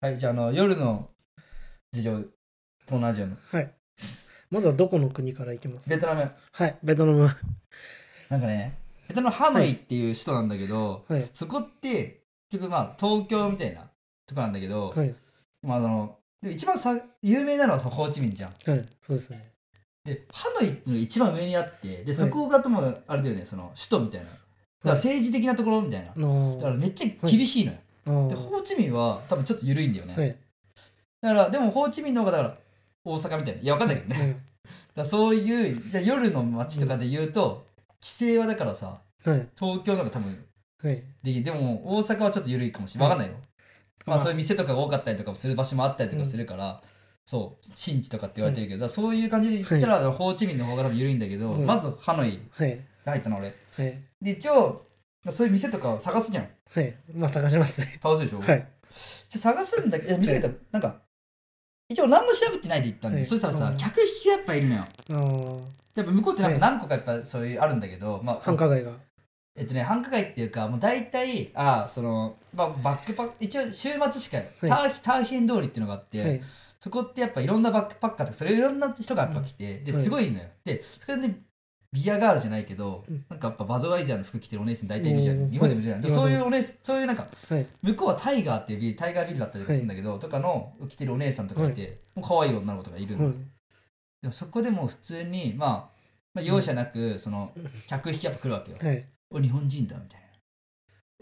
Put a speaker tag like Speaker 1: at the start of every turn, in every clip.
Speaker 1: はい、じゃあ、あの、夜の事情と同じような。
Speaker 2: はい。まずはどこの国から行きます
Speaker 1: ベトナム。
Speaker 2: はい、ベトナム。
Speaker 1: なんかね、ベトナムハノイっていう首都なんだけど、
Speaker 2: はい。
Speaker 1: そこって、結局まあ、東京みたいなとこなんだけど、
Speaker 2: はい。
Speaker 1: まあ、その、で一番さ有名なのはそのホーチミンじゃん。
Speaker 2: はい。そうですね。
Speaker 1: で、ハノイっていうのが一番上にあって、で、
Speaker 2: い
Speaker 1: そこがとも、あれだよね、その、首都みたいな。だから政治的なところみたいな。
Speaker 2: あの
Speaker 1: だからめっちゃ厳しいのよ。
Speaker 2: あの
Speaker 1: で、ホーチミンは多分ちょっと緩いんだよね。
Speaker 2: はい。
Speaker 1: だから、でもホーチミンの方がだから、大阪みたいな。いや、わかんないけどね。だからそういうじゃあ夜の街とかで言うと、規制はだからさ
Speaker 2: うんはい。
Speaker 1: 東京の方が多分
Speaker 2: はい。
Speaker 1: できるでも大阪はちょっと緩いかもしれないわかんないよ、まあ、そういう店とかが多かったりとかもする場所もあったりとかするから、そう新地とかって言われてるけど、だからそういう感じで言ったら、ホーチミンの方が多分緩いんだけど、
Speaker 2: うん
Speaker 1: まずハノイ
Speaker 2: はい。
Speaker 1: 入ったの俺
Speaker 2: はい。
Speaker 1: で一応そういう店とかを探すじゃん
Speaker 2: はい。まあ、探しますね。
Speaker 1: 探すでしょ、
Speaker 2: はい。
Speaker 1: ちょ探すんだけど店がなんか一応何も調べてないで行ったんで、
Speaker 2: はい
Speaker 1: そしたらさ、
Speaker 2: うん
Speaker 1: 客引きがやっぱいるのよ
Speaker 2: あの
Speaker 1: やっぱ向こうってなん
Speaker 2: は
Speaker 1: か
Speaker 2: い
Speaker 1: 何個かやっぱそういうあるんだけど、まあ、
Speaker 2: 繁華街が。
Speaker 1: えっとね、繁華街っていうか、もう大体、ああ、その、まあ、バックパック、一応週末しか、ターヒターヒエン通りっていうのがあって、
Speaker 2: はい。
Speaker 1: そこってやっぱいろんなバックパッカーとか、それいろんな人がやっぱ来て、で、
Speaker 2: はい
Speaker 1: すごいのよ。で、それで、ビアガールじゃないけど、
Speaker 2: うん
Speaker 1: なんかやっぱバドワイザーの服着てるお姉さん大体いるじゃ。
Speaker 2: うんん
Speaker 1: 日本でもいるじゃん。
Speaker 2: は
Speaker 1: で
Speaker 2: い
Speaker 1: そういうお姉さん、そういうなんか、
Speaker 2: はい。
Speaker 1: 向こうはタイガーっていうビル、タイガービルだったりとかするんだけど、とかの着てるお姉さんとかいて、もう可愛い女の子とかいるの。
Speaker 2: はい。
Speaker 1: でもそこでもう普通に、まあ、まあ、容赦なく、その、客引きやっぱ来るわけよ。
Speaker 2: はい。
Speaker 1: お日本人だみたいな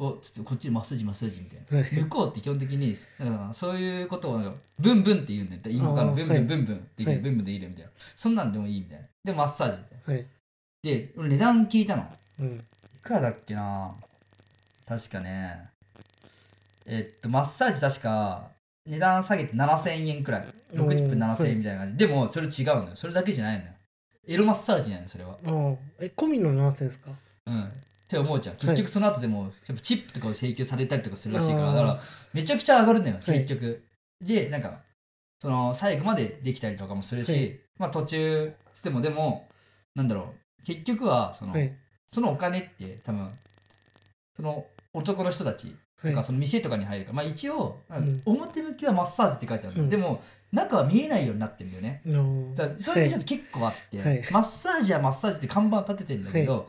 Speaker 1: おちょっとこっちでマッサージマッサージみたい
Speaker 2: はい
Speaker 1: な向こうって基本的にだからそういうことをなんかブンブンって言うんだよ今から
Speaker 2: あー
Speaker 1: ブンブ
Speaker 2: は
Speaker 1: ン
Speaker 2: い
Speaker 1: ブンブンできる、
Speaker 2: はい
Speaker 1: ブンブンできるみたいなそんなんでもいいみたいなでマッサージみたいな
Speaker 2: はい。
Speaker 1: で俺値段聞いたの
Speaker 2: うん。
Speaker 1: いくらだっけな確かねえっとマッサージ確か値段下げて7000円くらい60分7000円みたいな感じ、でもそれ違うのよそれだけじゃないのよエロマッサージなのよそれは
Speaker 2: ああ。え、込みの何千ですか
Speaker 1: うんって思うじゃん結局その後でも、やっぱチップとかを請求されたりとかするらしいから
Speaker 2: あー
Speaker 1: だからめちゃくちゃ上がるのよ
Speaker 2: はい
Speaker 1: 結局、でなんかその最後までできたりとかもするし、
Speaker 2: はい
Speaker 1: まあ途中つってもでもなんだろう結局はその、
Speaker 2: はい。
Speaker 1: そのお金って多分その男の人たち
Speaker 2: は
Speaker 1: と
Speaker 2: い
Speaker 1: か。その店とかに入るから、まあ一応、
Speaker 2: ん
Speaker 1: 表向きはマッサージって書いてあるの、
Speaker 2: うん
Speaker 1: でも中は見えないようになってるんだよね
Speaker 2: あの
Speaker 1: だからそういう店って結構あって、
Speaker 2: はい
Speaker 1: マッサージはマッサージって看板立ててんだけど、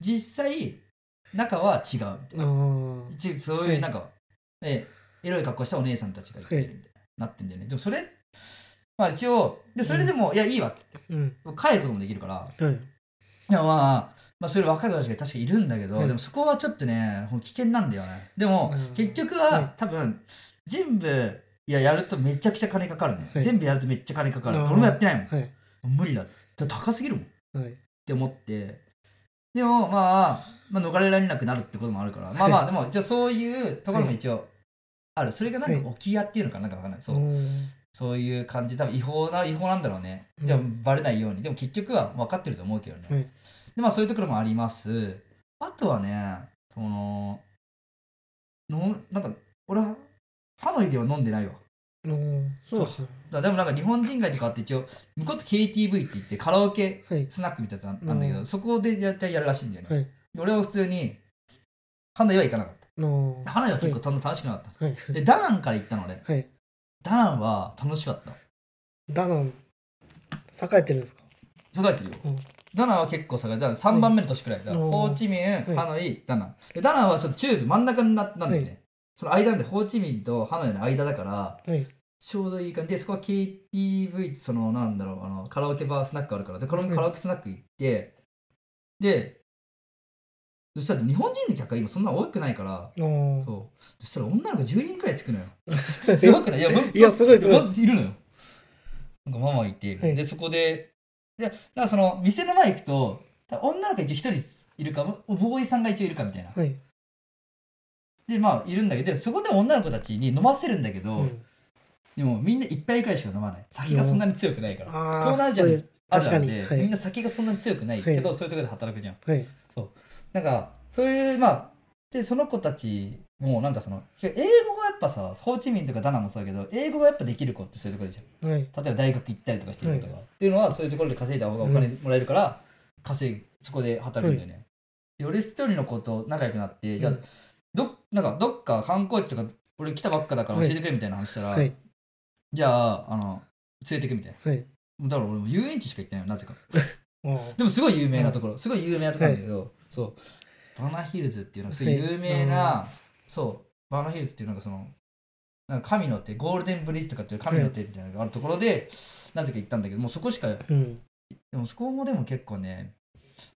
Speaker 1: 実際中は違うみたい
Speaker 2: あ
Speaker 1: な
Speaker 2: あ。
Speaker 1: 一そういうなんか、えエロい格好したお姉さんたちがいてるみたいななってんだよねでもそれまあ一応でそれでも、いやいいわって
Speaker 2: うん。
Speaker 1: 帰ることもできるから
Speaker 2: はい。
Speaker 1: いやまあまあそれ若い子たちが確かいるんだけど、
Speaker 2: はい
Speaker 1: でもそこはちょっとねほんと危険なんだよねでも、
Speaker 2: うん
Speaker 1: 結局は、
Speaker 2: はい
Speaker 1: 多分全部いややるとめちゃくちゃ金かかるね、
Speaker 2: はい
Speaker 1: 全部やるとめっちゃ金かかる、
Speaker 2: うん
Speaker 1: 俺もやってないもん
Speaker 2: はい。
Speaker 1: 無理だだ高すぎるもんっ
Speaker 2: はい。
Speaker 1: て思ってでもまあ、まあ、逃れられなくなるってこともあるからまあまあ でもじゃあそういうところも一応あるそれがなんか
Speaker 2: は
Speaker 1: 置き屋っていうのかななんかわかんないそう、
Speaker 2: うん
Speaker 1: そういう感じ多分違法な違法なんだろうね
Speaker 2: うん
Speaker 1: でもバレないようにでも結局は分かってると思うけどね、
Speaker 2: はい
Speaker 1: でまあそういうところもありますあとはねそののなんか俺はハノイでは飲んでないわ
Speaker 2: あのそうですね。
Speaker 1: だでもなんか日本人街とかあって一応向こうって KTV って言ってカラオケ
Speaker 2: はい。
Speaker 1: スナックみたいなやつなんだけど、
Speaker 2: うん
Speaker 1: そこでやったやるらしいんだよね、
Speaker 2: はい
Speaker 1: 俺は普通に花屋は行かなかっ
Speaker 2: あの
Speaker 1: た花屋は結構たの楽しくなかった、
Speaker 2: はい。
Speaker 1: でダナンから行ったの俺
Speaker 2: はい。
Speaker 1: ダナンは楽しかった
Speaker 2: ダナン、栄えてるんですか
Speaker 1: 栄えてるよ
Speaker 2: うん
Speaker 1: ダナンは結構栄えてる3番目の年くらいだから、
Speaker 2: うん
Speaker 1: ホーチミン、
Speaker 2: い
Speaker 1: ハノイダナンでダナンはちょっと中部真ん中になったんだよね、
Speaker 2: は
Speaker 1: その間なんでホーチミンとハノイの間だから
Speaker 2: はい。
Speaker 1: ちょうどいい感じでそこは KTV そのなんだろうあのカラオケバースナックあるからでこれもカラオケスナック行って、でそしたら日本人の客が今そんな多くないから
Speaker 2: あの
Speaker 1: そうそしたら女の子10人くらいつく のよすごくないいや,もう、
Speaker 2: いやすごいすごい
Speaker 1: まずいるのよなんかママいて、
Speaker 2: はい
Speaker 1: でそこででなんかその店の前行くと女の子一応一人いるかボーイさんが一応いるかみたいな
Speaker 2: はい。
Speaker 1: でまあいるんだけどでそこで女の子たちに飲ませるんだけど、
Speaker 2: うん
Speaker 1: でもみんな一杯くらいしか飲まない酒がそんなに強くないから
Speaker 2: あ
Speaker 1: 東
Speaker 2: ー
Speaker 1: 南アジア
Speaker 2: そう
Speaker 1: に
Speaker 2: い
Speaker 1: あるなんで、
Speaker 2: う確かにはい
Speaker 1: みんな酒がそんなに強くないけど、
Speaker 2: は
Speaker 1: そういうところで働くじゃん
Speaker 2: はい。
Speaker 1: なんかそういうまあでその子たちもなんかその英語がやっぱさホーチミンとかダナンもそうだけど英語がやっぱできる子ってそういうところでじ
Speaker 2: はい。
Speaker 1: ゃん例えば大学行ったりとかしてるとか、っていうのはそういうところで稼いだ方がお金もらえるから、稼いそこで働くんだよね、で俺一人の子と仲良くなって、じゃあ
Speaker 2: うん
Speaker 1: どなんかどっか観光地とか俺来たばっかだから教えてくれみたいな話したら、
Speaker 2: はい
Speaker 1: じゃああの連れてくみたい
Speaker 2: はい
Speaker 1: なだから俺も遊園地しか行ってないよなぜか
Speaker 2: あー
Speaker 1: でもすごい有名なところすごい有名なところなんだけど、そうバナヒルズっていうのがすごい有名な、
Speaker 2: は
Speaker 1: そうバナヒルズっていうのがそのなんか神の手ゴールデンブリッジとかっていう神の手みたいなのがあるところで、なぜか行ったんだけどもうそこしか
Speaker 2: うん
Speaker 1: でもそこもでも結構ね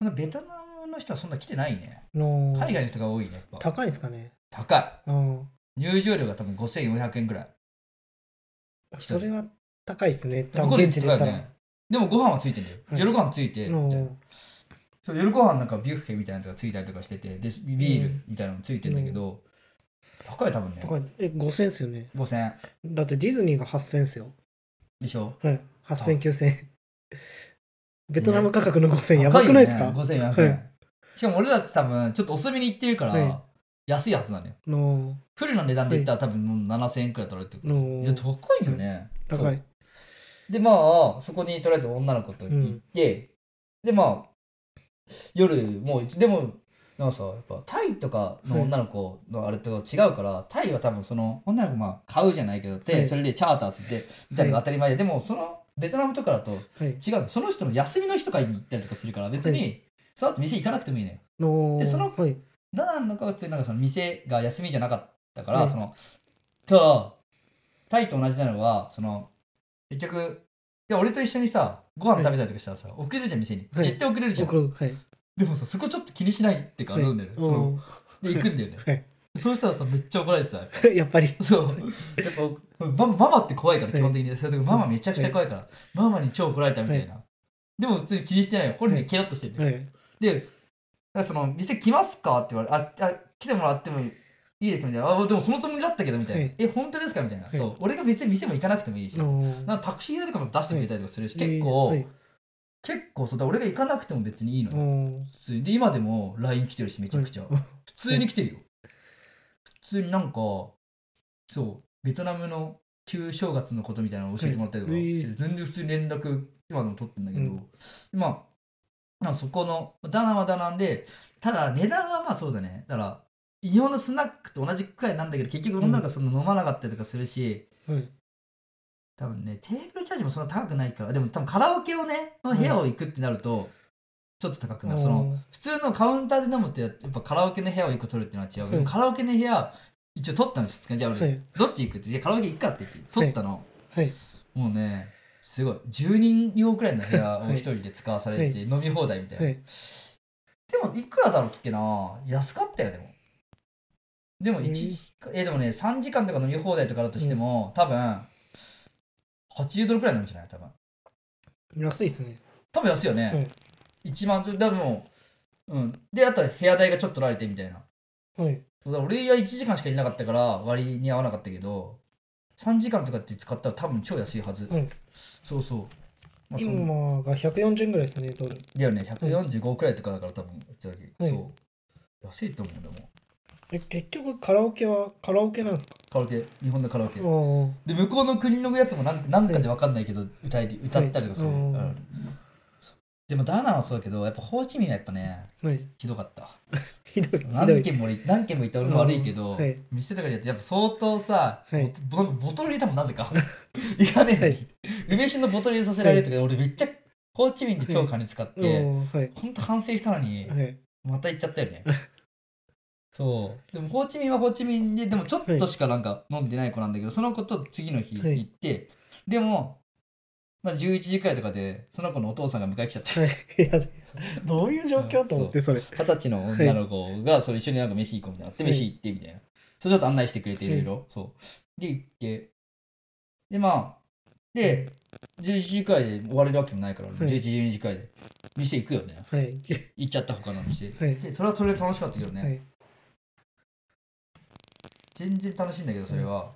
Speaker 1: なんかベトナムの人はそんな来てないね
Speaker 2: の
Speaker 1: 海外の人が多いねやっぱ
Speaker 2: 高いんですかね
Speaker 1: 高い
Speaker 2: あー
Speaker 1: 入場料が多分5400円ぐらい
Speaker 2: それは高いですね多
Speaker 1: 向こうで
Speaker 2: 分現地で言ったら
Speaker 1: でもご飯はついてんだよ、
Speaker 2: はい
Speaker 1: 夜ご飯ついてみたいな
Speaker 2: の
Speaker 1: そう夜ご飯なんかビュッフェみたいなやつがついたりとかしててでビールみたいなのもついてんだけど、高い多分ね
Speaker 2: 高いえ5000円っすよね
Speaker 1: 5000円
Speaker 2: だってディズニーが8000円っすよ
Speaker 1: でしょ
Speaker 2: はい80009000円ベトナム価格の5000円やばくないですか
Speaker 1: 高よね5400
Speaker 2: は
Speaker 1: 円しかも俺らって多分ちょっと遅めに行ってるから、
Speaker 2: はい
Speaker 1: 安いはずなのよ
Speaker 2: の
Speaker 1: フルの値段で言ったら多分もう7000円くらい取られてくる、
Speaker 2: の
Speaker 1: いや高いよね
Speaker 2: 高い
Speaker 1: でまあそこにとりあえず女の子と行って、でまあ夜もうでもなんかさやっぱタイとかの女の子のあれと違うから、タイは多分その女の子まあ買うじゃないけどって、
Speaker 2: はい
Speaker 1: それでチャーターするってみたいなのが当たり前で、でもそのベトナムとかだと
Speaker 2: はい
Speaker 1: 違うのその人の休みの日とかに行ったりとかするから別に、
Speaker 2: は
Speaker 1: その後店行かなくてもいいのよ
Speaker 2: の
Speaker 1: でその
Speaker 2: はい
Speaker 1: ダナンのか普通になんかその店が休みじゃなかったから、
Speaker 2: はい
Speaker 1: そのとタイと同じなのはその結局いや俺と一緒にさご飯食べたりとかしたらさ、遅れるじゃん店に、
Speaker 2: はい
Speaker 1: 絶対遅れる じゃん
Speaker 2: 僕はい
Speaker 1: でもさそこちょっと気にしないっていうかあ
Speaker 2: はい
Speaker 1: れなんだよね、その
Speaker 2: の
Speaker 1: で行くんだよね、
Speaker 2: はい
Speaker 1: そうしたらさめっちゃ怒られてさ
Speaker 2: やっぱり
Speaker 1: そうやっぱマママって怖いから
Speaker 2: はい
Speaker 1: 基本的に、そういう時ママめちゃくちゃ怖いから、ママに超怒られたみたいな、でも普通に気にしてないよ本人にケロッとしてる、ね
Speaker 2: はい
Speaker 1: で、だからその店来ますかって言われああ来てもらってもいいですかみたいな。あでもそのつもりだったけどみたいな。
Speaker 2: はい
Speaker 1: え、本当ですかみたいな。
Speaker 2: はい
Speaker 1: そう。俺が別に店も行かなくてもいいし。
Speaker 2: の
Speaker 1: なんかタクシー代とかも出してくれたりとかするし、結
Speaker 2: は
Speaker 1: 構
Speaker 2: い、
Speaker 1: 結構そうだ。俺が行かなくても別にいいのよ。
Speaker 2: の
Speaker 1: 普通に。で、今でも LINE 来てるし、めちゃくちゃ。
Speaker 2: はい
Speaker 1: 普通に来てるよ。普通になんか、そう、ベトナムの旧正月のことみたいなの教えてもらったりとか
Speaker 2: はい
Speaker 1: して、全然普通に連絡、今でも取ってんだけど、
Speaker 2: うん
Speaker 1: まあ、まあそこの、ダナンはダナンで、ただ値段はまあそうだね。だから、日本のスナックと同じくらいなんだけど、結局女の子はその飲まなかったりとかするし、
Speaker 2: はい
Speaker 1: 多分ね、テーブルチャージもそんな高くないから、でも多分カラオケをね、の部屋を行くってなると、ちょっと高 くなる。その、普通のカウンターで飲むってやっぱカラオケの部屋を1個取るってのは違うけど、
Speaker 2: うん
Speaker 1: カラオケの部屋一応取ったのですじゃあ俺、
Speaker 2: はい
Speaker 1: どっち行くってじゃあカラオケ行くかって言って取ったの、
Speaker 2: はい
Speaker 1: もうねすごい10人用くらいの部屋を
Speaker 2: はい
Speaker 1: 1人で使わされて、飲み放題みたいな、
Speaker 2: はい
Speaker 1: でもいくらだろうっけな安かったよでもでも一時間えでもね3時間とか飲み放題とかだとしても、多分80ドルくらいなんじゃない多分
Speaker 2: 安いですね
Speaker 1: 多分安いよね、1万ドルでもううんであと部屋代がちょっと取られてみたいな
Speaker 2: はい
Speaker 1: そうだ俺は1時間しかいなかったから割に合わなかったけど3時間とかって使ったら多分超安いはず、
Speaker 2: うん
Speaker 1: そうそう、まあ、そん
Speaker 2: 今が140円ぐらいですねドル
Speaker 1: だよね145くらいとかだから多分一時
Speaker 2: はい
Speaker 1: そう安いと思うんだもん
Speaker 2: え結局カラオケはカラオケなんですか
Speaker 1: カラオケ日本のカラオケ
Speaker 2: あー
Speaker 1: で向こうの国のやつもなんなんかで分かんないけど歌い歌ったりとかする、
Speaker 2: はい
Speaker 1: うん
Speaker 2: うん
Speaker 1: そうでもダーナンはそうだけどやっぱホーチミンはやっぱね
Speaker 2: はい
Speaker 1: ひどかった
Speaker 2: ひどいひど
Speaker 1: 何
Speaker 2: い
Speaker 1: 軒もい何軒も行った俺も悪いけど、
Speaker 2: うんはい
Speaker 1: 店とかでやってやっぱ相当さ、
Speaker 2: はい
Speaker 1: ボトボトル入れたもんなぜか いかねえのに、
Speaker 2: は
Speaker 1: 梅酒のボトル入れさせられるとか、俺めっちゃホーチミンで超金使って、
Speaker 2: うんはい
Speaker 1: ほんと反省したのに、
Speaker 2: はい
Speaker 1: また行っちゃったよねそうでもホーチミンはホーチミンででもちょっとしかなんか飲んでない子なんだけど、その子と次の日
Speaker 2: はい
Speaker 1: 行って、でも、まあ、11時くらいとかでその子のお父さんが迎え来ちゃって
Speaker 2: はいいや どういう状況と思ってそれ
Speaker 1: 二十歳の女の子がそう一緒になんか飯行こうみたいになって
Speaker 2: はい
Speaker 1: 飯行ってみたいな、それちょっと案内してくれていろいろそうで行ってでまあで11時くらいで終われるわけもないから、
Speaker 2: い
Speaker 1: 11時12時くらいで店行くよね
Speaker 2: はい
Speaker 1: 行っちゃった他の店、
Speaker 2: はい
Speaker 1: でそれはそれで楽しかったけどね、
Speaker 2: はい
Speaker 1: 全然楽しいんだけどそれは、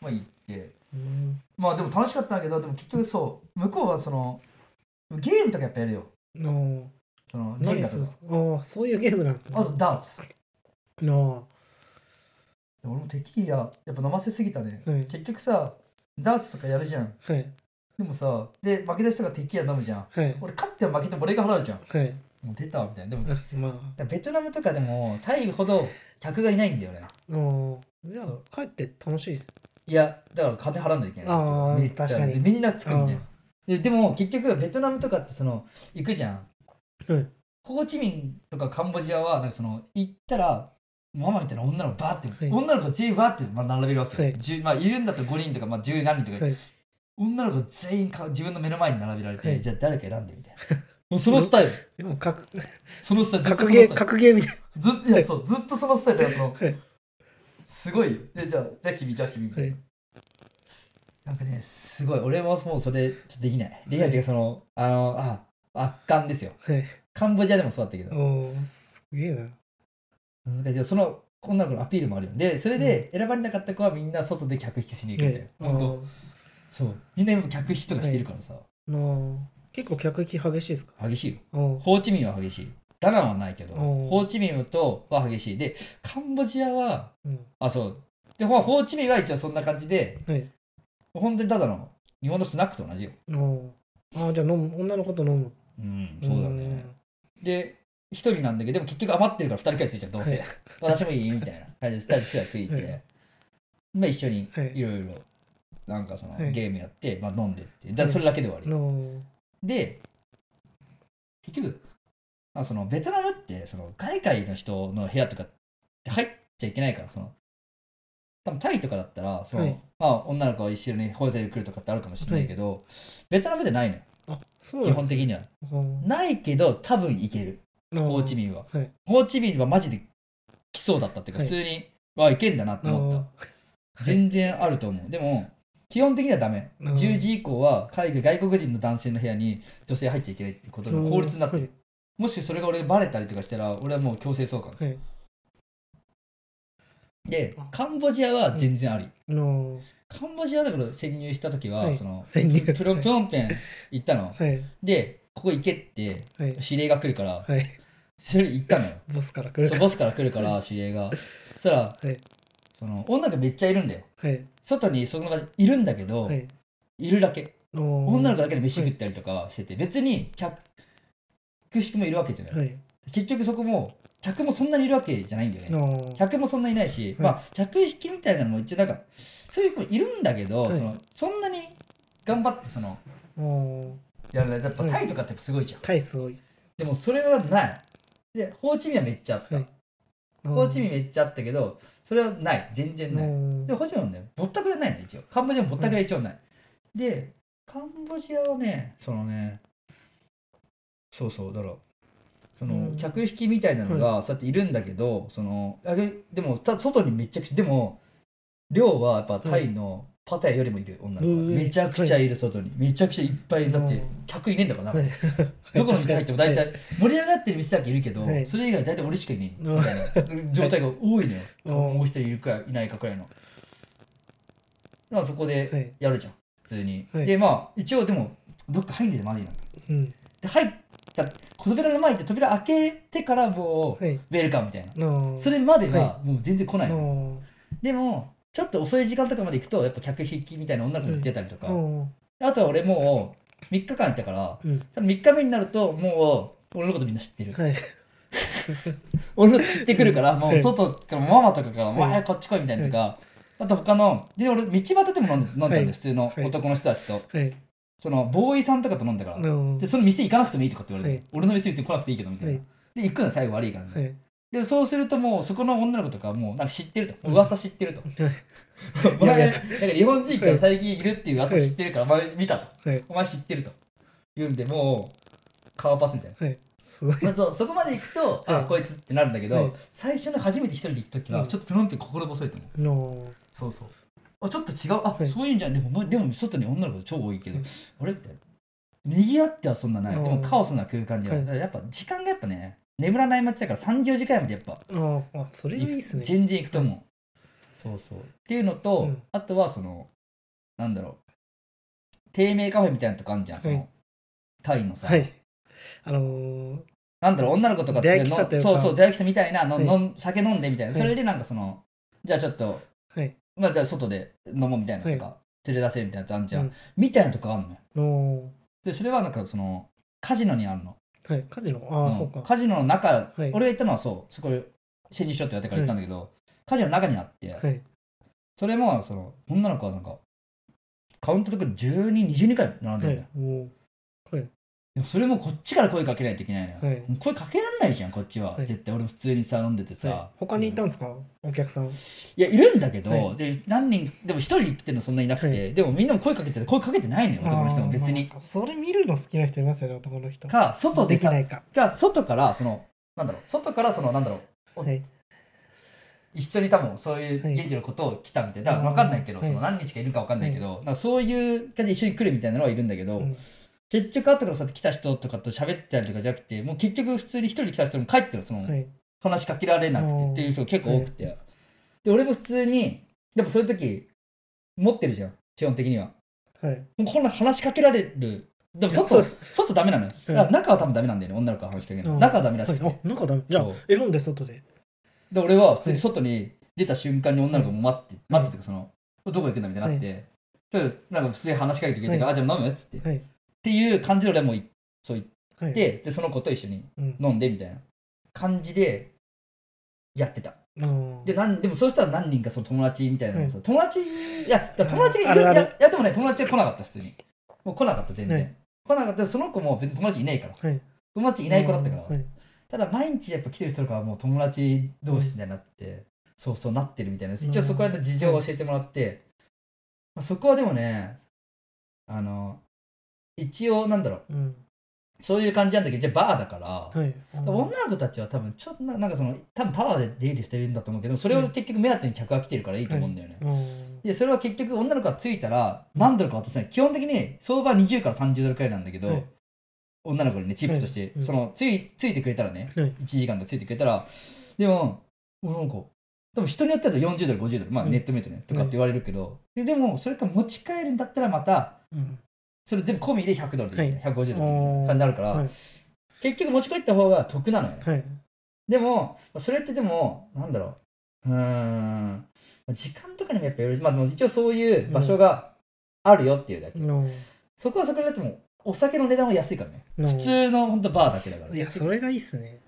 Speaker 1: まあ行って
Speaker 2: うん
Speaker 1: まあでも楽しかったんだけどでも結局そう向こうはそのゲームとかやっぱやるよ
Speaker 2: の
Speaker 1: そのジェン
Speaker 2: 何
Speaker 1: ガ
Speaker 2: す
Speaker 1: と
Speaker 2: るん
Speaker 1: か
Speaker 2: ですかあーそういうゲームなんですね
Speaker 1: あとダーツ
Speaker 2: の
Speaker 1: 俺もテキーラやっぱ飲ませすぎたね、
Speaker 2: はい
Speaker 1: 結局さダーツとかやるじゃん
Speaker 2: はい
Speaker 1: でもさで負けた人がテキーラ飲むじゃん
Speaker 2: はい
Speaker 1: 俺勝っても負けても俺が払うじゃん
Speaker 2: はい
Speaker 1: もう出たわみたいなでもだか
Speaker 2: うんま
Speaker 1: らベトナムとかでもタイほど客がいないんだよね
Speaker 2: あうんじゃあ帰って楽しいです
Speaker 1: いやだから金払うんだいけない
Speaker 2: あー
Speaker 1: めっちゃ
Speaker 2: 確かに
Speaker 1: でみんな作るんだよででも結局ベトナムとかってその行くじゃん
Speaker 2: うん
Speaker 1: ホーチミンとかカンボジアはなんかその行ったらママみたいな女の子バーって、
Speaker 2: はい
Speaker 1: 女の子全員バーってまあ並べるわけ、
Speaker 2: はい
Speaker 1: いまあ、いるんだと5人とか、まあ、10何人とか、
Speaker 2: はい
Speaker 1: 女の子全員か自分の目の前に並べられて、
Speaker 2: はい
Speaker 1: じゃあ誰か選んでみたい なもうそのスタイル
Speaker 2: で も格
Speaker 1: そのスタイルずっと
Speaker 2: 格
Speaker 1: そのス
Speaker 2: ゲー
Speaker 1: タイ
Speaker 2: 格ゲーみたい
Speaker 1: ルずっといやそうずっとそのスタイルだからその
Speaker 2: なはい
Speaker 1: すごいよでじゃあじゃあ君じゃあ君みたいな、
Speaker 2: はい
Speaker 1: なんかねすごい俺ももうそれちょっとできないできないっていうかそのあのあ圧巻ですよ
Speaker 2: はい
Speaker 1: カンボジアでもそうだったけど
Speaker 2: おーすげえな
Speaker 1: 難しいけどその女の子のアピールもあるよでそれで選ばれなかった子はみんな外で客引きしに行くみたいな、
Speaker 2: はい
Speaker 1: ほんとそうみんな今客引きとかしてるからさ、
Speaker 2: あー結構客引き激しいですか
Speaker 1: 激しいよ
Speaker 2: あー
Speaker 1: ホーチミンは激しいダナンはないけど
Speaker 2: おー
Speaker 1: ホーチミンとは激しいでカンボジアは
Speaker 2: うん
Speaker 1: あそうでほらホーチミンは一応そんな感じで
Speaker 2: はい
Speaker 1: 本当にただの日本のスナックと同じよ
Speaker 2: あーあーじゃあ飲む女の子と飲む
Speaker 1: うんそうだねで一人なんだけどでも結局余ってるから二人くらいついちゃうどうせ、
Speaker 2: はい
Speaker 1: 私もいいみたいな感じで二人くらいついて、
Speaker 2: はい
Speaker 1: まあ一緒に
Speaker 2: はい
Speaker 1: いろいろなんかその、
Speaker 2: はい
Speaker 1: ゲームやって、まあ、飲んでってだそれだけで終わ
Speaker 2: う
Speaker 1: り、
Speaker 2: んの
Speaker 1: で結局まあそのベトナムってその海外の人の部屋とかって入っちゃいけないからその多分タイとかだったらその、
Speaker 2: はい
Speaker 1: まあ、女の子が一緒にホテル来るとかってあるかもしれないけど、ベトナムでないのよ
Speaker 2: あそう
Speaker 1: 基
Speaker 2: なん
Speaker 1: 本的には
Speaker 2: 本
Speaker 1: ないけど多分行けるホーチミンは
Speaker 2: はい
Speaker 1: ホーチミンはマジで来そうだったっていうか、
Speaker 2: はい
Speaker 1: 普通に、わあ、いけんだなって思っ
Speaker 2: あ
Speaker 1: た。全然あると思う。でも、基本的にはダメ。
Speaker 2: うん
Speaker 1: 10時以降は海外、外国人の男性の部屋に女性入っちゃいけないってことが
Speaker 2: ー
Speaker 1: 法律になって
Speaker 2: は
Speaker 1: る。もしそれが俺がバレたりとかしたら、俺はもう強制送還。
Speaker 2: いはい
Speaker 1: で、カンボジアは全然あり。
Speaker 2: の
Speaker 1: カンボジアだから潜入した時は、
Speaker 2: はい
Speaker 1: その、
Speaker 2: 潜入
Speaker 1: プロプロンペン行ったの。
Speaker 2: はい
Speaker 1: で、ここ行けって
Speaker 2: はい
Speaker 1: 指令が来るから、
Speaker 2: はい
Speaker 1: それ行ったのよ。
Speaker 2: ボスから来る
Speaker 1: そう
Speaker 2: か
Speaker 1: ボスから来るから、指令が。そしたら、
Speaker 2: はい
Speaker 1: その女の子めっちゃいるんだよ。
Speaker 2: はい
Speaker 1: 外にその中でいるんだけど、、
Speaker 2: はいい
Speaker 1: るだけ女
Speaker 2: 女
Speaker 1: の子だけで飯食ったりとかしてて、別に客客引きもいるわけじゃない、
Speaker 2: はい
Speaker 1: 結局そこも客もそんなにいるわけじゃないんだよね、
Speaker 2: の
Speaker 1: 客もそんなにいないし、
Speaker 2: はい
Speaker 1: まあ客引きみたいなのも一応なんかそういう子もいるんだけど、
Speaker 2: はい
Speaker 1: そのそんなに頑張ってその
Speaker 2: も
Speaker 1: やらないやっぱ
Speaker 2: はい
Speaker 1: タイとかってやっぱすごいじゃん、
Speaker 2: うタイすごい
Speaker 1: でもそれはないでホーチミンはめっちゃあった、
Speaker 2: はい
Speaker 1: ホーチミン
Speaker 2: ン
Speaker 1: めっちゃあったけどそれはない全然ない、で、ホジはね、ぼったくらないの、一応。カンボジアもぼったくら一応ない。で、カンボジアはね、そのね、そうそう、だから、その、
Speaker 2: うん
Speaker 1: 客引きみたいなのが、そうやっているんだけど、その、あげでも、た外にめちゃくちゃ、でも、量はやっぱタイのパタヤよりもいる、女の子
Speaker 2: う
Speaker 1: が。
Speaker 2: ん
Speaker 1: めちゃくちゃいる、外に。めちゃくちゃいっぱい、だっ
Speaker 2: う
Speaker 1: て
Speaker 2: ん、
Speaker 1: 客いねえんだからな。
Speaker 2: はい
Speaker 1: どこの店入っても大
Speaker 2: はい
Speaker 1: 体、盛り上がってる店だけいるけど
Speaker 2: は、い
Speaker 1: それ以外大体俺しかいねえみたいな状態が多いのよ。
Speaker 2: うん
Speaker 1: もう一人いるかいないかくらいの。まあそこ
Speaker 2: は
Speaker 1: で
Speaker 2: い
Speaker 1: やるじゃん、普通に。
Speaker 2: はい
Speaker 1: で、まあ一応でも、どっか入んねえでマジなんだ。
Speaker 2: うん
Speaker 1: で、入った、小扉の前で扉開けてからもう、
Speaker 2: はい
Speaker 1: ウェルカムみたいな。
Speaker 2: の
Speaker 1: それまで
Speaker 2: は
Speaker 1: はもう全然来ないの。
Speaker 2: の
Speaker 1: でも、ちょっと遅い時間とかまで行くと、やっぱ客引きみたいな女の子が出たりとか。
Speaker 2: うん
Speaker 1: あとは俺もう、3日間いたから、
Speaker 2: うん
Speaker 1: 3日目になるともう、俺のことみんな知ってる。
Speaker 2: はい
Speaker 1: 俺の知ってくるから、も
Speaker 2: は
Speaker 1: う
Speaker 2: い
Speaker 1: 外からママとかから、
Speaker 2: はい
Speaker 1: もう早くこっち来いみたいなとか、あと他の、で、俺、道端でも飲んで飲んだんだ
Speaker 2: は
Speaker 1: よ、
Speaker 2: い
Speaker 1: 普通の
Speaker 2: はい
Speaker 1: 男の人たちと。
Speaker 2: はい
Speaker 1: その、ボーイさんとかと飲んだから。
Speaker 2: の
Speaker 1: で、その店行かなくてもいいとかって言われ
Speaker 2: は
Speaker 1: て、俺の店別に来なくていいけど、みたい
Speaker 2: は
Speaker 1: な。
Speaker 2: い
Speaker 1: で、行くの最後悪いから
Speaker 2: は
Speaker 1: ね。
Speaker 2: い
Speaker 1: で、そうするともう、そこの女の子とかもう、なんか知ってると。
Speaker 2: うん
Speaker 1: 噂知って ると。お
Speaker 2: やべ
Speaker 1: 前、
Speaker 2: や
Speaker 1: なんか日本人から最近いるっていう噂知ってるから、お前見たと。
Speaker 2: はい
Speaker 1: お前知ってると。言うんで、もう、顔パスみたいな。
Speaker 2: はいすごい
Speaker 1: まあそうそこまで行くと、
Speaker 2: はい
Speaker 1: あこいつってなるんだけど、
Speaker 2: はい
Speaker 1: 最初の初めて一人で行く時
Speaker 2: う
Speaker 1: は
Speaker 2: ん
Speaker 1: ちょっとプロンペン心細いと思う、
Speaker 2: の
Speaker 1: そうそうあちょっと違うあ、
Speaker 2: はい
Speaker 1: そういうんじゃんでもまでも外に女の子超多いけど、
Speaker 2: うん
Speaker 1: あれみたいな右合ってはそんなない、
Speaker 2: うん
Speaker 1: でもカオスな空間で、は
Speaker 2: はい
Speaker 1: だからやっぱ時間がやっぱね眠らない街だから30時間までやっぱ
Speaker 2: ああ、それがいいっすね。
Speaker 1: 全然行くと思う、そうそうっていうのと、
Speaker 2: うん
Speaker 1: あとはそのなんだろう低迷カフェみたいなとこあるじゃん、そ
Speaker 2: はい
Speaker 1: のタイのさ、
Speaker 2: はい。あのー、
Speaker 1: なんだろう女の子とか
Speaker 2: 出会い
Speaker 1: 連れ
Speaker 2: 喫茶というか
Speaker 1: そうそう出会い喫茶みたいなの、
Speaker 2: はい
Speaker 1: のん酒飲んでみたいな、
Speaker 2: はい
Speaker 1: それでなんかそのじゃあちょっと
Speaker 2: はい。
Speaker 1: まあじゃあ外で飲もうみたいなのとか、連れ出せるみたいなやつあんじゃん、
Speaker 2: うん
Speaker 1: みたいなとこあんのよ
Speaker 2: の
Speaker 1: でそれはなんかそのカジノにあるの
Speaker 2: はい、カジノああ、
Speaker 1: うん
Speaker 2: そうか。
Speaker 1: カジノの中、
Speaker 2: はい
Speaker 1: 俺が行ったのはそうそこへ潜入しようって言われたから行ったんだけど、カジノの中にあって、
Speaker 2: はい。
Speaker 1: それもその女の子はなんかカウントとか1220回並んで
Speaker 2: は
Speaker 1: るんだよ、
Speaker 2: い。もう、はい。
Speaker 1: でもそれもこっちから声かけないといけないのよ、
Speaker 2: はい
Speaker 1: もう声かけられないじゃんこっちは、
Speaker 2: はい
Speaker 1: 絶対俺も普通にさ飲んでてさ、
Speaker 2: はい、他にいたんですか、お客さん。
Speaker 1: いやいるんだけど、
Speaker 2: は
Speaker 1: で何人でも一人行ってるのそんなにいなくて、
Speaker 2: はい
Speaker 1: でもみんなも声かけてて声かけてないのよ男の人も別
Speaker 2: あー
Speaker 1: に
Speaker 2: ま、あそれ見るの好きな人いますよね、男の人。
Speaker 1: か外で
Speaker 2: でき
Speaker 1: か
Speaker 2: ないか。
Speaker 1: が外からそのなんだろう外からそのなんだろう
Speaker 2: はい。
Speaker 1: 一緒に多分そういう
Speaker 2: はい
Speaker 1: 現地のことを来たみたいな、
Speaker 2: あー
Speaker 1: 分かんないけど、
Speaker 2: はい
Speaker 1: その何日かいるか分かんないけど、なんかそういう感じで一緒に来るみたいなのはいるんだけど、
Speaker 2: うん
Speaker 1: 結局後からそうやって来た人とかと喋ったりとかじゃなくてもう結局普通に一人で来た人も帰ってるその、
Speaker 2: はい。
Speaker 1: 話しかけられなくてっていう人が結構多くて、で俺も普通にでもそういう時持ってるじゃん基本的には
Speaker 2: はい。
Speaker 1: もうこんな話しかけられるでも
Speaker 2: いやそ
Speaker 1: 外
Speaker 2: うです
Speaker 1: 外ダメなのよ、
Speaker 2: うん
Speaker 1: あ中は多分ダメなんだよね女の子は話しかけるの、
Speaker 2: うん
Speaker 1: 中はダメら
Speaker 2: は
Speaker 1: し
Speaker 2: い
Speaker 1: くて、、
Speaker 2: あ、なんかダメ。じゃあ
Speaker 1: そう、
Speaker 2: 選んで外で。
Speaker 1: で俺は普通に外に出た瞬間に女の子も待って、待っててかそのどこ行くんだみたいになって、でなんか普通に話しかけてくれて、
Speaker 2: はい
Speaker 1: あじゃあ飲むよっつって、っ
Speaker 2: はい。
Speaker 1: ていう感じで俺もいそう言っ
Speaker 2: はい。、
Speaker 1: てでその子と一緒に
Speaker 2: うん。
Speaker 1: 飲んでみたいな感じでやってた
Speaker 2: あー
Speaker 1: でなんでもそうしたら何人かその友達みたいなのがさ、友達いやいや
Speaker 2: うん
Speaker 1: 友達がい
Speaker 2: あ
Speaker 1: るい
Speaker 2: るある
Speaker 1: やいやでもね友達は来なかった普通にもう来なかった全然、
Speaker 2: はい
Speaker 1: 来なかったその子も別に友達いないから
Speaker 2: はい。
Speaker 1: 友達いない子だったから、
Speaker 2: はい。
Speaker 1: ただ毎日やっぱ来てる人とかはもう友達同士みたいになって、そうそうなってるみたいな一応そこは事情を教えてもらって、まあ、そこはでもねあの一応なんだろう
Speaker 2: うん。
Speaker 1: そういう感じなんだけどじゃあバーだから、
Speaker 2: はい。
Speaker 1: 女の子たちは多分ちょっとななんかその多分タダで出入りしてるんだと思うけどそれを結局目当てに客が来てるからいいと思うんだよね、
Speaker 2: うん
Speaker 1: でそれは結局女の子が着いたら
Speaker 2: うん
Speaker 1: 何ドルか渡せない基本的に相場20から30ドルくらいなんだけど、
Speaker 2: はい
Speaker 1: 女の子にねチップとして、
Speaker 2: うん
Speaker 1: そのついついてくれたらね
Speaker 2: はい。
Speaker 1: 1時間とかついてくれたらでも俺なんかでも人によっては40ドル50ドルまあ
Speaker 2: うん
Speaker 1: ネットメイトね、とかって言われるけどででもそれから持ち帰るんだったらまた
Speaker 2: うん。
Speaker 1: それ全部込みで100ドルでいい、
Speaker 2: はい
Speaker 1: 150ドルでいい感じになるから、
Speaker 2: はい。
Speaker 1: 結局持ち帰った方が得なのよね、
Speaker 2: はい。
Speaker 1: でも、それってでも、なんだろう。うーん。時間とかにもやっぱよるまあ、でも一応そういう場所があるよっていうだけ。
Speaker 2: の
Speaker 1: そこはそこでだっても、お酒の値段は安いからね。
Speaker 2: の
Speaker 1: 普通の本当バーだけだから。
Speaker 2: いや、それがいいっすね。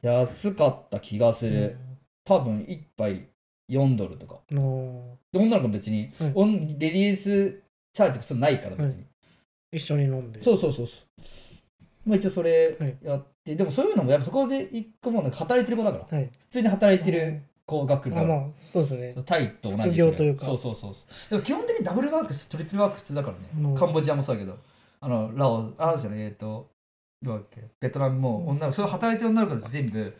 Speaker 1: 安かった気がす
Speaker 2: う
Speaker 1: る。多分1杯4ドルとか。
Speaker 2: んの
Speaker 1: で女の子別に、
Speaker 2: はい
Speaker 1: オンレディースチャージとかそういうのないから別に。
Speaker 2: 一緒に飲んで。
Speaker 1: そうそうそうそう。まあ一応それ
Speaker 2: はい
Speaker 1: やって、でもそういうのもやっぱそこで一個もうなんか働いてる子だから。
Speaker 2: はい。
Speaker 1: 普通に働いてる子が来るか
Speaker 2: あ
Speaker 1: ら。
Speaker 2: まあ、そうですね。
Speaker 1: タイと同じ
Speaker 2: 副業というか
Speaker 1: そうそうそうそうでも基本的にダブルワークストリプルワーク普通だから
Speaker 2: うん
Speaker 1: ねカンボジアもそうだけどあのラオあじゃねえっとどうだっけベトナムも女の子そういう働いてる女の子たち全部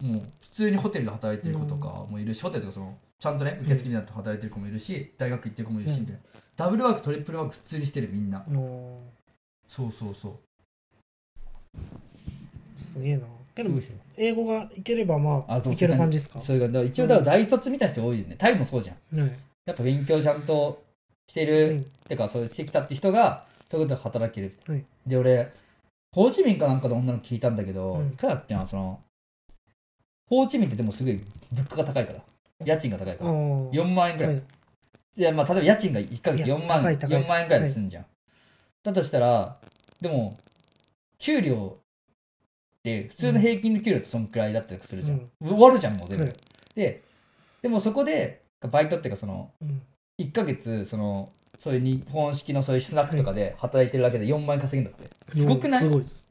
Speaker 1: もう普通にホテルで働いてる子とかもいるし、ホテルとかそのちゃんとね受付になって働いてる子もいるし、大学行ってる子もいるし、
Speaker 2: うん
Speaker 1: みたいなダブルワークトリプルワーク普通にしてるみんな
Speaker 2: の
Speaker 1: そうそうそう
Speaker 2: すげえな。けど
Speaker 1: すごいでしょ
Speaker 2: 英語がいければま
Speaker 1: あ
Speaker 2: あ
Speaker 1: でも
Speaker 2: いける感じですか。
Speaker 1: それがだから一応だから大卒みたいな人多いよねタイもそうじゃん
Speaker 2: はい。
Speaker 1: やっぱ勉強ちゃんとしてる、てかそうしてきたって人がそういうことで働ける、
Speaker 2: はい
Speaker 1: で俺ホーチミンかなんかで女の子聞いたんだけど、
Speaker 2: うん
Speaker 1: いかがだっけなそのホーチミンってでもすごい物価が高いから家賃が高いから4
Speaker 2: 四
Speaker 1: 万円ぐらい、
Speaker 2: はい。
Speaker 1: いやまあ例えば家賃が1ヶ月
Speaker 2: いや
Speaker 1: 4万
Speaker 2: 高い高い
Speaker 1: 4万円ぐらいで済んじゃん、だとしたらでも給料って普通の平均の給料ってそんくらいだったりするじゃん、終わるじゃんもう全部、
Speaker 2: はい
Speaker 1: ででもそこでバイトっていうかその
Speaker 2: うん
Speaker 1: 1ヶ月そのそういう日本式のそういうスナックとかで働いてるだけで4万円稼げるんだってすごくない
Speaker 2: す
Speaker 1: 好
Speaker 2: ごいです。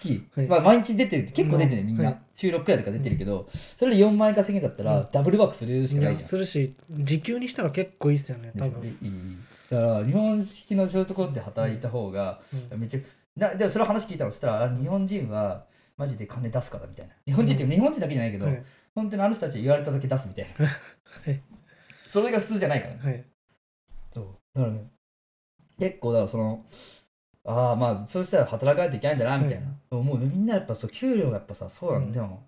Speaker 1: き、
Speaker 2: はい
Speaker 1: まあ、毎日出てるって結構出てるね
Speaker 2: うん
Speaker 1: みんな、
Speaker 2: はい
Speaker 1: 収録くらいとか出てるけど、それで4万円稼げんだったら、
Speaker 2: うん
Speaker 1: ダブルワークするし
Speaker 2: い
Speaker 1: かない
Speaker 2: や
Speaker 1: じゃん
Speaker 2: するし時給にしたら結構いいっすよね多
Speaker 1: で
Speaker 2: 分。
Speaker 1: いいだから日本式のそういうところで働いた方が
Speaker 2: うん
Speaker 1: めっちゃなでもそれ話聞いたのそしたらあ日本人はマジで金出すからみたいな日本人って日本人だけじゃないけど、
Speaker 2: はい
Speaker 1: 本当にあの人たちが言われただけ出すみたい な、
Speaker 2: い
Speaker 1: それが普通じゃないからね
Speaker 2: はい。
Speaker 1: そうだからね結構だからそのああまあそうしたら働かないといけないんだなみたいな、もうみんなやっぱそう給料がやっぱさそうなんだよ、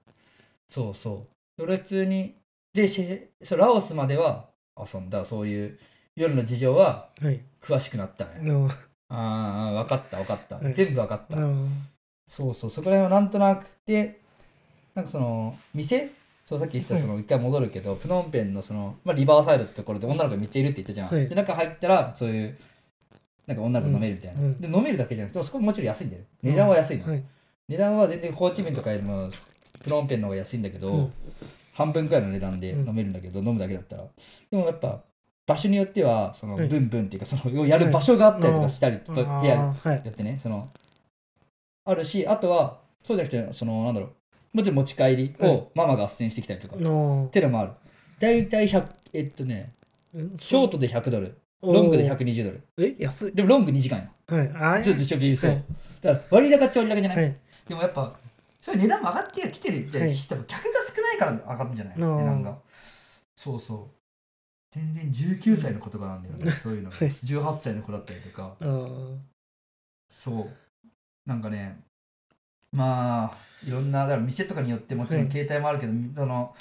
Speaker 1: そうそう俺普通にでしそうラオスまでは遊んだそういう夜の事情は
Speaker 2: はい。
Speaker 1: 詳しくなったね、
Speaker 2: の
Speaker 1: ああ分かった分かった、
Speaker 2: はい
Speaker 1: 全部分かった、
Speaker 2: の
Speaker 1: そうそうそこら辺はなんとなくでなんかその店そうさっき言ってたその一回戻るけど、プノンペンのその、まあ、リバーサイドってところで女の子がめっちゃいるって言ったじゃん、
Speaker 2: はい
Speaker 1: で中入ったらそういうなんか女の子飲めるみたいな、
Speaker 2: うんうん
Speaker 1: で飲めるだけじゃなくてそこもちろん安いんだよ値段は安いの、
Speaker 2: はい
Speaker 1: 値段は全然ホーチミンとかよりもプノンペンの方が安いんだけど、
Speaker 2: うん
Speaker 1: 半分くらいの値段で
Speaker 2: うん
Speaker 1: 飲めるんだけど、飲むだけだったらでもやっぱ場所によってはその
Speaker 2: は
Speaker 1: ブ
Speaker 2: い
Speaker 1: ンブンっていうかそのやる場所があったりとかしたり、部
Speaker 2: あ
Speaker 1: 屋
Speaker 2: ーはい
Speaker 1: やってねそのあるしあとはそうじゃなくてそのなんだろうもちろん持ち帰り
Speaker 2: はい
Speaker 1: をママが斡旋してきたりとか、っ
Speaker 2: の
Speaker 1: てのもある大体100えっとねショートで100ドルロングで120ドル
Speaker 2: え安い
Speaker 1: でもロング2時間よ
Speaker 2: はいあ
Speaker 1: ちょっと一緒に言うそう、
Speaker 2: はい
Speaker 1: だから割高っちゃ割高じゃない、
Speaker 2: はい
Speaker 1: でもやっぱそれ値段も上がってきてるじゃん、
Speaker 2: はい
Speaker 1: しても客が少ないから上がるんじゃない
Speaker 2: あー
Speaker 1: 値段がそうそう全然19歳の子とかなんだよねそういうのが
Speaker 2: はい
Speaker 1: 18歳の子だったりとか
Speaker 2: あー
Speaker 1: そうなんかねまあいろんなだから店とかによってもちろ
Speaker 2: は
Speaker 1: ん
Speaker 2: い
Speaker 1: 携帯もあるけど、その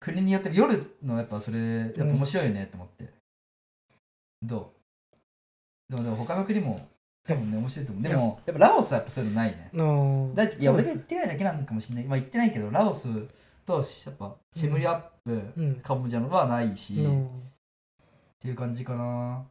Speaker 1: 国によって夜のやっぱそれやっぱ面白いよねって思って、どうでもでも他の国も多分ね面白いと思うでもやっぱラオスはやっぱそういうのないね
Speaker 2: の
Speaker 1: だっていや俺が
Speaker 2: そう
Speaker 1: 言ってないだけなのかもしれない、まあ、言ってないけどラオスとやっぱシェムリアップ、
Speaker 2: うん
Speaker 1: カンボジアのはないし、
Speaker 2: です
Speaker 1: っ
Speaker 2: の
Speaker 1: ていう感じかな